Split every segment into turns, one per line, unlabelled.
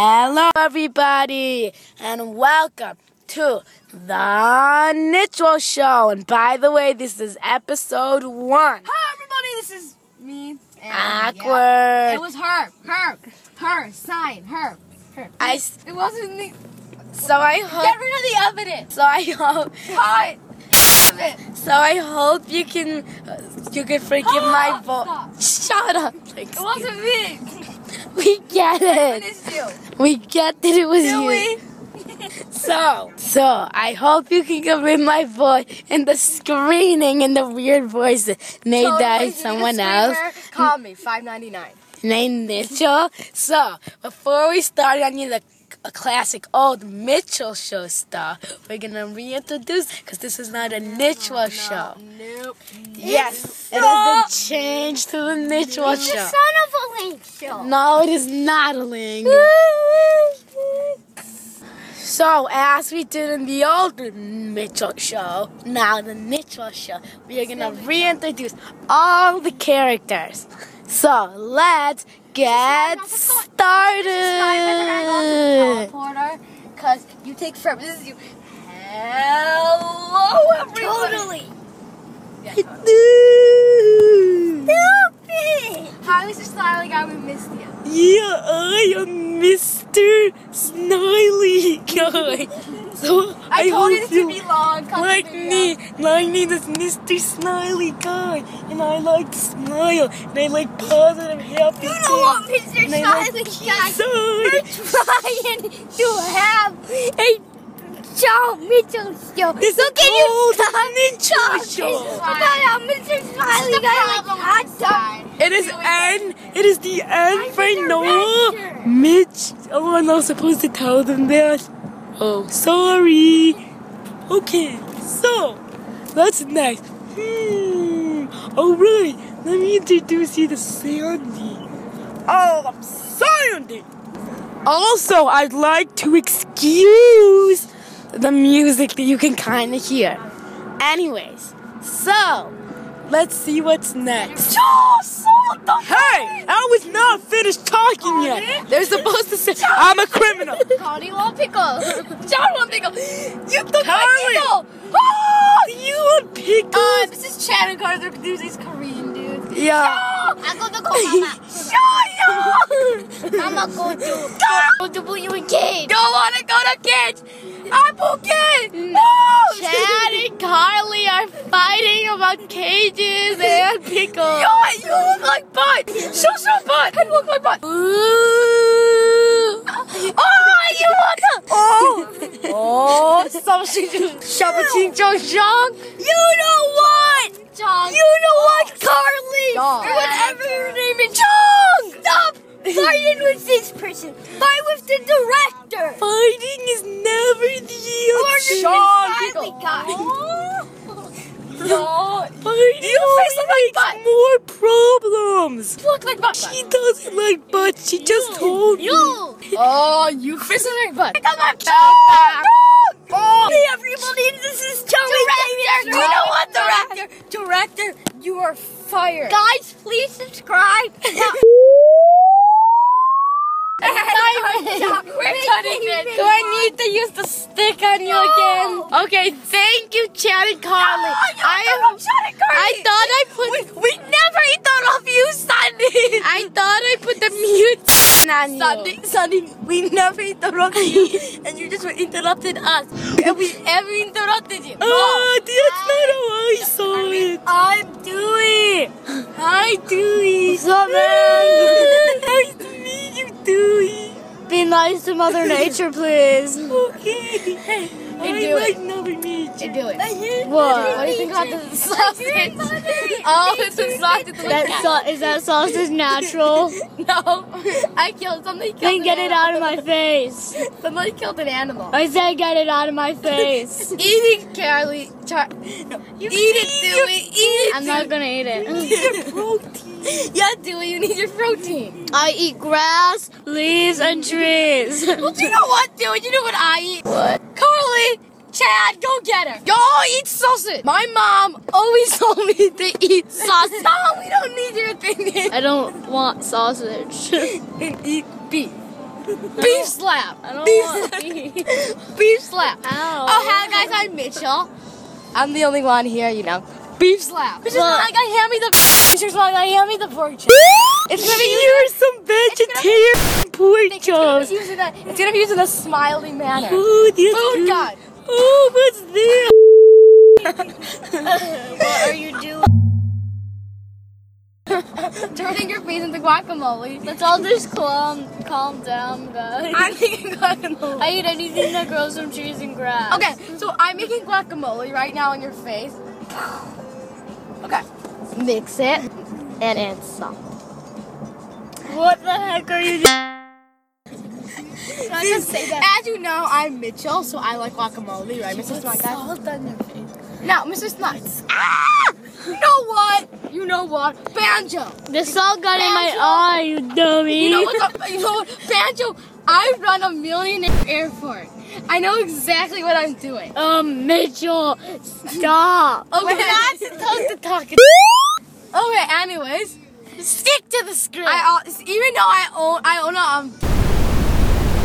Hello, everybody, and welcome to the Nitro Show. And by the way, this is episode one.
Hi everybody, this is me. And yeah. It
Awkward.
was her, her, her, sign, her, her.
I s-
It wasn't the.
So I
Get
hope.
rid of the evidence.
So I hope.
Hi. Of it.
So I hope you can. You can forgive my voice. Shut up. Like,
It wasn't me.
we get
It
it.
is you.
We get that it was
Do
you.
we?
So, so I hope you can get rid of my voice and the screaming and the weird voices made
Totally
by
need a
someone else.
screamer. Call me. Five ninety nine.
named Mitchell. So, before we start on the a classic old Mitchell show stuff, we're gonna reintroduce because this is not a Mitchell show.
Oh, Nope.
Yes, it is a change to the Mitchell show.
son of a link show.
No, it is not a ling. So, as we did in the old Mitchell show, now the Mitchell show, we are gonna reintroduce all the characters. So, let's get started.
Teleporter, cause you take forever. This is you. Hello, everyone. Totally. Yeah, totally. Hi, Mr. Slyly Guy, we missed you.
Yeah, I am Mr. Sniley Guy. So
I,
I
told
will
you this would
do-
be long. cut the
Like
video.
me, my name is Mr. Smiley Guy, and I like to smile, and I like positive, happy
You know what,
things.
Mr.
And I
Slyly
like
Guy? We're
side.
trying to have a John Mitchell show.
This is
Look at you
old ninja
Mr.
show.
Slyly. Mr. Slyly Guy like hot dog.
It is N. It is the N
I'm
for
the
Noah.
director.
Mitch. Oh, I'm not supposed to tell them that. Oh, sorry. Okay, so that's next. Hmm. All right. Let me introduce you to Sandy. Oh, I'm Sandy. Also, I'd like to excuse the music that you can kind of hear. Anyways, so let's see what's next. Hey, I was not finished talking yet. They're supposed to say I'm a criminal.
Connie won't pickle. John won't pickle.
You took
Hurry.
my Oh, you would pick
Uh, this is Chad and Carter. There's these Korean
Um,
dudes.
Yeah.
Uncle the Mama. Mama go to go to put you in cage.
Don't want to go to kids. I'm okay. No.
Chad and Carly are fighting about cages and pickles.
Yeah, you look like butt. So so butt. I look like butt.
Oh, you look
Oh. Oh. Something. Something.
Jong.
You know what?
Jong.
You know what, Carly?
Dog.
Or whatever your name is. Chong! Stop fighting with this person. Fight with the director. Fighting is never the answer.
Finally got it.
No. Fighting always makes more problems.
You look like butt.
She doesn't like butt. She just told me.
You. Oh, you fist like butt. Come on,
Hey everybody, this is Joey
Oh. Director,
Davis. You know what,
Director.
director? Director, you are fired.
Guys, please subscribe. We're cutting it.
Do I need to use the stick on you
No.
again? Okay, thank you, Chad and Carly. I am. I thought I put. We, never thought of you, Sunny. I thought I put the mute on you.
Sunny, Sunny, we never interrupted you, and you just interrupted us. And we ever interrupted you.
Oh, that's not how I saw it.
I'm Dewey.
Hi, Dewey. What's up,
man?
nice to meet you, Dewey.
Be nice to Mother Nature, please.
Okay. I
Dewey.
like never meet you.
do it.
What?
What do you think about the sausage? Oh, it's a sausage.
That so- is that sausage natural?
No, I killed somebody. Killed
then
an
get it
animal.
out of my face.
Somebody killed an animal.
I said get it out of my face.
Eat it, Charlie. Char- no, eat it, Dewey. Eat it.
I'm not gonna eat it.
Dewey. Yeah, Dewey, you need your protein.
I eat grass, leaves, and trees.
Well, you know what, Dewey? You know what I eat? What? Carly, Chad, go get her. Y'all eat sausage. My mom always told me to eat sausage. Mom, we don't need your opinion.
I don't want sausage.
And eat beef. Beef slap.
I don't
Beef
want
slap.
beef.
Beef slap.
Ow.
Oh, hi guys, I'm Mitchell. I'm the only one here, you know. Beef slap. Which is
Look.
like I hand me the. Which is like I hand me the pork chop. It's gonna be used.
Here's some vegetarian pork
It's gonna
chops.
be used in a. It's gonna be used in a smiley manner.
Food, yes,
Food God.
Oh, what's this?
What are you doing?
Turning your face into guacamole.
Let's all just calm, calm down, guys.
I'm making guacamole.
I eat anything that grows from trees and grass.
Okay, so I'm making guacamole right now in your face. Okay. Mix it and add salt.
What the heck are you doing?
I just say that. As you know, I'm Mitchell, so I like guacamole, right, Mrs. Snot? Salt on your face. No, Mrs. Nuts. Ah! You know what? You know what? Banjo.
The salt got in my
Banjo.
eye, you dummy.
You know what's up? You know what? Banjo. I run a millionaire airport. I know exactly what I'm doing.
Um, Mitchell, stop.
Okay.
We're not supposed to talk.
Okay. Anyways.
Stick to the script.
I al- even though I own I own a um, um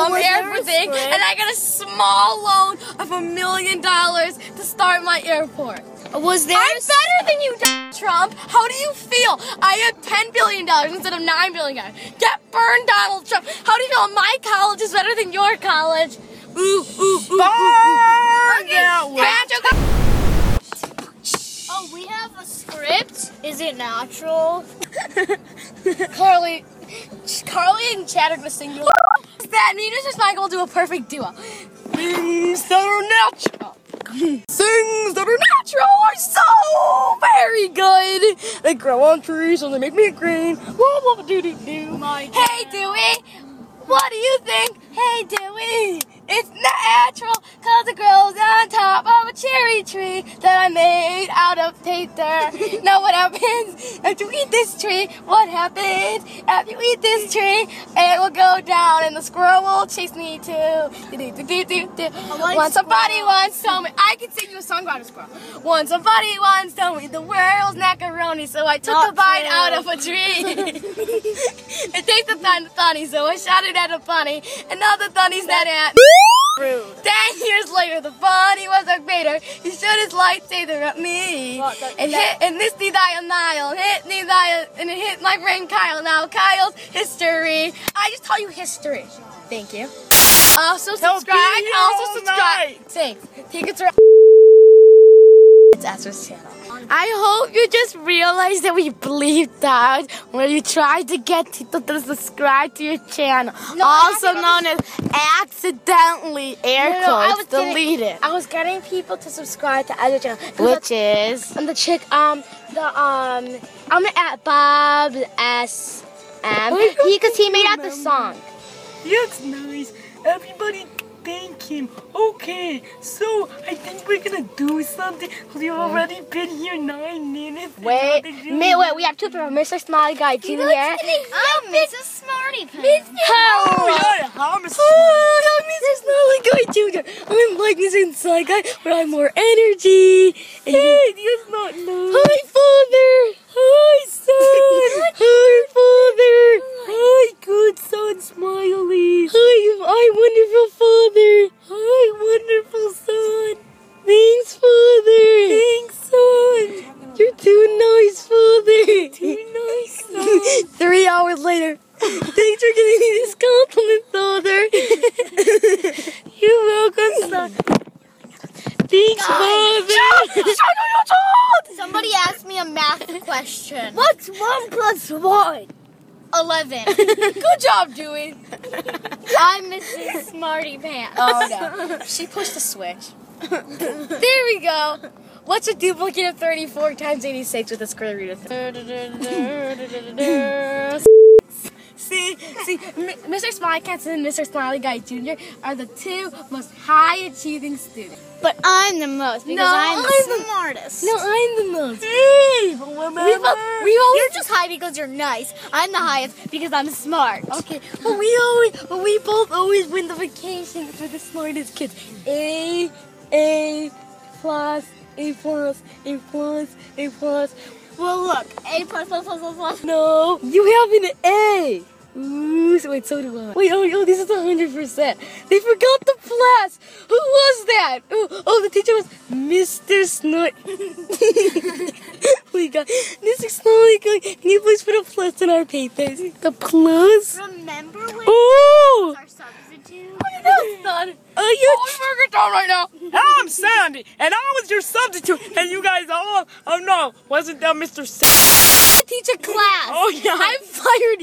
Oh, was there a
everything,
script?
and I got a small loan of a million dollars to start my airport.
was there?
I'm better than you, Donald Trump. How do you feel? I had ten billion dollars instead of nine billion dollars. Get burned, Donald Trump. How do you feel? My college is better than your college. Ooh, ooh, ooh, ooh, ooh. Okay, Banjo got-
oh, we have a script. Is it natural?
Carly, Carly and Chad are gonna sing you. that me and Mrs. Michael will do a perfect duo. Things that are natural. Things that are natural are so very good. They grow on trees and they make me green. Blah blah doo doo doo.
My
Hey Dewey, what do you think? Hey Dewey, it's natural cause it grows on top of a cherry tree that I made out of paper. now what happens if you eat this tree? What happens after you eat this tree? It will go down and the squirrel will chase me too. Do-do-do-do-do-do.
like
Once somebody
squirrels.
once told me, I can sing you a song about a squirrel. Once somebody once told me the world's macaroni, so I took
Not
a bite
true.
out of a tree. It takes a ton of funny, so I shot it at a bunny. Another bunny's not at.
rude.
Ten years later, the bunny was a greater. He shot his lightsaber at me.
Well, that-
and hit, and this the dial Nile, hit the dial, and it hit my friend Kyle. Now Kyle's history. I just tell you history. Thank you. Also subscribe.
be all
Also subscribe.
night.
Thanks. Tickets are. It's Astro's channel.
I hope you just realized that we bleeped out when you tried to get people to subscribe to your channel,
No, I
also
think I
known as accidentally air
No, no, I was
quotes
kidding.
deleted,
I was getting people to subscribe to other channels.
which is
And the chick, um, the um, I'm at Bob S
Oh
M.
I don't
He, cause he made out the
remember.
song.
He looks nice. Everybody thank him. Okay, so I think we're gonna do something. We've already been here nine minutes. and
Wait,
nothing really
mi- wait, we have two people, Mr. Smiley Guy Jr.
I'm Mrs. Smarty
Oh,
Hello.
yeah, I'm a
Oh, I'm Mr. Smiley Guy Jr.
I mean, like this inside guy, but I have more energy. And hey, that's not nice. Hi, father. Hi, son. Hi, father. Hi, good son, Smiley. Hi, hi, wonderful father. Hi, wonderful son. Thanks, father. Thanks, son. You're too nice, father. Too nice, son. Three hours later. Thanks for giving me this compliment, father. You're welcome, son. Thanks, Father.
Somebody asked me a math question.
What's one plus one?
Eleven.
Good job, Dewey.
I'm Mrs. Smarty Pants.
Oh no, she pushed the switch. there we go. What's a duplicate of 34 times 86 with a square root of 3? See, see, M- Mr. Smilecats and Mr. Smiley Guy Jr. are the two most high achieving students.
But I'm the most because
No,
I'm,
I'm
the smartest.
No, I'm the most.
Hey,
We
remember?
both, we always
You're just high because you're nice. I'm the highest because I'm smart.
okay, but we always, but we both always win the vacation for the smartest kids.
A, A, plus, A plus, A plus, A plus.
Well, look, A plus plus plus plus plus.
No, you have an A. Ooh, so wait, so do I. Wait, oh, oh, this is 100%. They forgot the class. Who was that? Oh, oh the teacher was Mr. Snort. we got Mr. Snort. Can you please put a plus in our papers? The plus?
Remember when
Oh!
our substitute?
Oh, you
right now.
I'm Sandy, and I was your substitute, and you guys all, oh no, wasn't that Mr. Sandy?
Teach a class.
Oh yeah,
I fired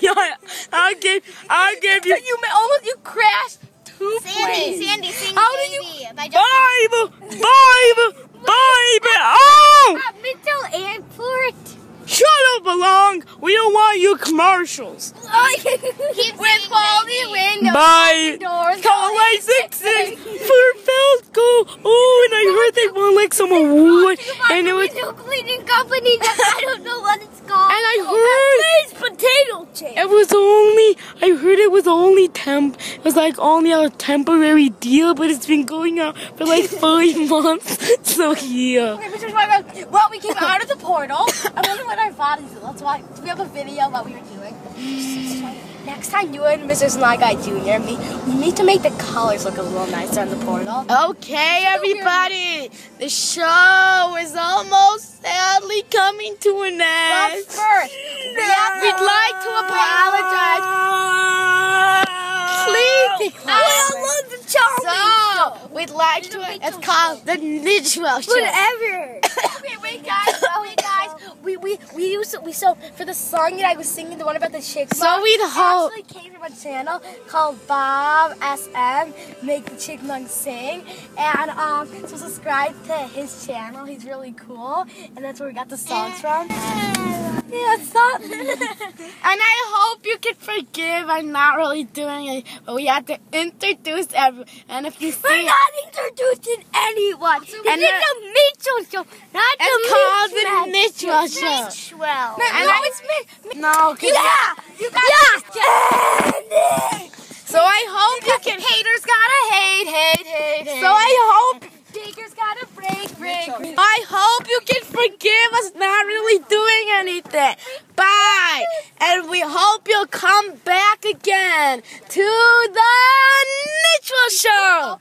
yeah, I gave, I gave you
you ma- almost you crashed.
two
Sandy, Sandy, sing
How do
baby by Justin
Bible, Bible, Bible. Oh,
At Mitchell Airport.
shut up, along. We don't want your commercials.
With quality windows.
Bye.
Doors.
Call eight six six for Belco. Oh, and I heard they want like someone would, and it was.
new cleaning company that I don't know what it's called.
And I heard
potato chips.
it was only I heard it was only temp it was like only a temporary deal, but it's been going on for like five months. So yeah.
Okay, which is why we're- well, we came out of the portal. I wonder what our bodies do. That's why we have a video of what we were doing. Next time you and Mrs. Night Guy Jr. and me, we need to make the colors look a little nicer on the portal.
Okay, everybody. The show is almost sadly coming to an
But
end.
first, we have
We'd like to apologize. Please,
love the chocolate.
So, we'd like to. It's called the Neutral Show.
Whatever. okay, wait, guys. Okay, guys. We we we used to, we so for the song that I was singing, the one about the chick.
So we'd hope-
Actually, came from a channel called Bob SM Make the Chick Monk Sing, and um, so subscribe to his channel. He's really cool, and that's where we got the songs from. Yeah, it's not.
And I hope you can forgive. I'm not really doing it, but we had to introduce everyone. And if you see, it,
introducing anyone.
And
this
the-
is a Mitchell show, not
it's called the Neutral
Mitchell.
Show. And
no,
I-
it's Mitch.
No, 'cause-
Yeah! You got yeah!
so I hope you can.
Haters gotta hate, hate, hate, hate.
So I hope
Diggers gotta break, break, break.
I hope you can forgive us not really doing anything. Bye. And we hope you'll come back again to the Neutral Show.